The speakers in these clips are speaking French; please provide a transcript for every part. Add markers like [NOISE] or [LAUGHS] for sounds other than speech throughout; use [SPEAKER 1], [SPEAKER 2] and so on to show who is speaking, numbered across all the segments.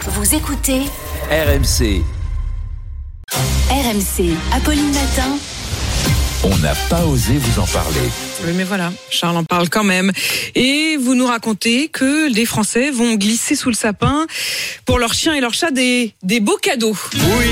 [SPEAKER 1] Vous écoutez
[SPEAKER 2] RMC,
[SPEAKER 1] RMC. Apolline Matin.
[SPEAKER 2] on n'a pas osé vous en parler.
[SPEAKER 3] Oui, mais voilà, Charles en parle quand même. Et vous nous racontez que les Français vont glisser sous le sapin pour leurs chiens et leurs chats des, des beaux cadeaux.
[SPEAKER 4] Oui,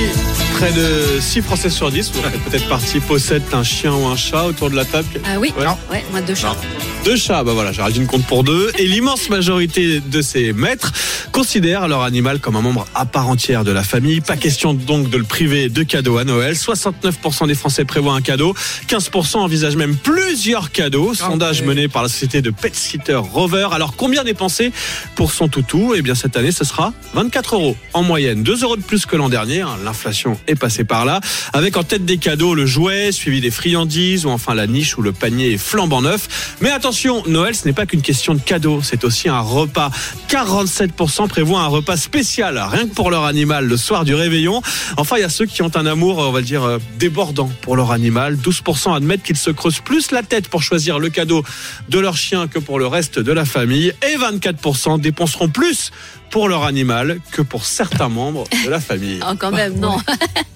[SPEAKER 4] près de 6 Français sur 10, vous en faites peut-être partie, possèdent un chien ou un chat autour de la table.
[SPEAKER 5] Ah oui,
[SPEAKER 4] Ouais.
[SPEAKER 5] ouais, moi deux chats.
[SPEAKER 4] Deux chats, bah voilà, Géraldine compte pour deux. Et l'immense majorité de ces maîtres considèrent leur animal comme un membre à part entière de la famille. Pas question donc de le priver de cadeaux à Noël. 69% des Français prévoient un cadeau. 15% envisagent même plusieurs cadeaux. Sondage mené par la société de Pet Sitter Rover. Alors combien dépenser pour son toutou Eh bien cette année, ce sera 24 euros en moyenne. 2 euros de plus que l'an dernier. hein. L'inflation est passée par là. Avec en tête des cadeaux le jouet, suivi des friandises ou enfin la niche où le panier est flambant neuf. Mais attention, Noël, ce n'est pas qu'une question de cadeaux, c'est aussi un repas. 47% prévoient un repas spécial, rien que pour leur animal, le soir du réveillon. Enfin, il y a ceux qui ont un amour, on va le dire, euh, débordant pour leur animal. 12% admettent qu'ils se creusent plus la tête pour choisir le cadeau de leur chien que pour le reste de la famille. Et 24% dépenseront plus pour leur animal que pour certains membres de la famille.
[SPEAKER 5] Ah, quand même, non.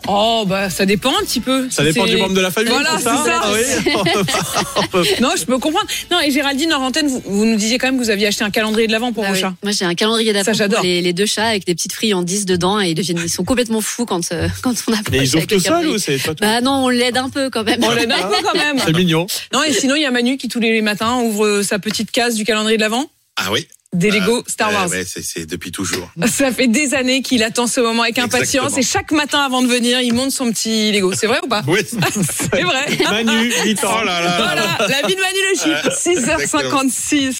[SPEAKER 3] Oh, bah ça dépend un petit peu.
[SPEAKER 4] Ça dépend
[SPEAKER 3] C'est-
[SPEAKER 4] du membre de la famille,
[SPEAKER 3] Voilà,
[SPEAKER 4] c'est ça,
[SPEAKER 3] c'est ça.
[SPEAKER 4] Ah oui
[SPEAKER 3] [LAUGHS]
[SPEAKER 4] On peut-
[SPEAKER 3] Non, je peux comprendre. Non, et Géraldine, en antenne, vous, vous nous disiez quand même que vous aviez acheté un calendrier de l'Avent pour
[SPEAKER 5] Ah
[SPEAKER 3] vos
[SPEAKER 5] oui.
[SPEAKER 3] chats.
[SPEAKER 5] Moi j'ai un calendrier
[SPEAKER 3] Ça,
[SPEAKER 5] d'avant
[SPEAKER 3] j'adore.
[SPEAKER 5] pour les, les deux chats avec des petites friandises dedans et ils, deviennent, ils sont complètement fous quand, euh, [LAUGHS] quand on approche
[SPEAKER 4] Mais ils ouvrent
[SPEAKER 5] avec
[SPEAKER 4] tout
[SPEAKER 5] le
[SPEAKER 4] seuls
[SPEAKER 5] calendrier.
[SPEAKER 4] ou c'est toi tout
[SPEAKER 5] Bah non, on l'aide un peu quand même.
[SPEAKER 3] On l'aide un peu quand même.
[SPEAKER 4] C'est mignon.
[SPEAKER 3] Non, et sinon, il y a Manu qui tous les matins ouvre sa petite case du calendrier de l'Avent.
[SPEAKER 6] Ah oui
[SPEAKER 3] Des Lego Star
[SPEAKER 6] Ouais,
[SPEAKER 3] Wars.
[SPEAKER 6] ouais, c'est- c'est depuis toujours.
[SPEAKER 3] Ça fait des années qu'il attend ce moment avec impatience
[SPEAKER 6] Exactement.
[SPEAKER 3] et chaque matin avant de venir, il monte son petit Lego. C'est vrai ou pas
[SPEAKER 6] Oui.
[SPEAKER 3] [LAUGHS] C'est vrai.
[SPEAKER 6] [LAUGHS]
[SPEAKER 3] ah.
[SPEAKER 4] Manu, 8 ans.
[SPEAKER 6] Oh là là.
[SPEAKER 3] Voilà, la vie de Manu Le Chip, 6h56.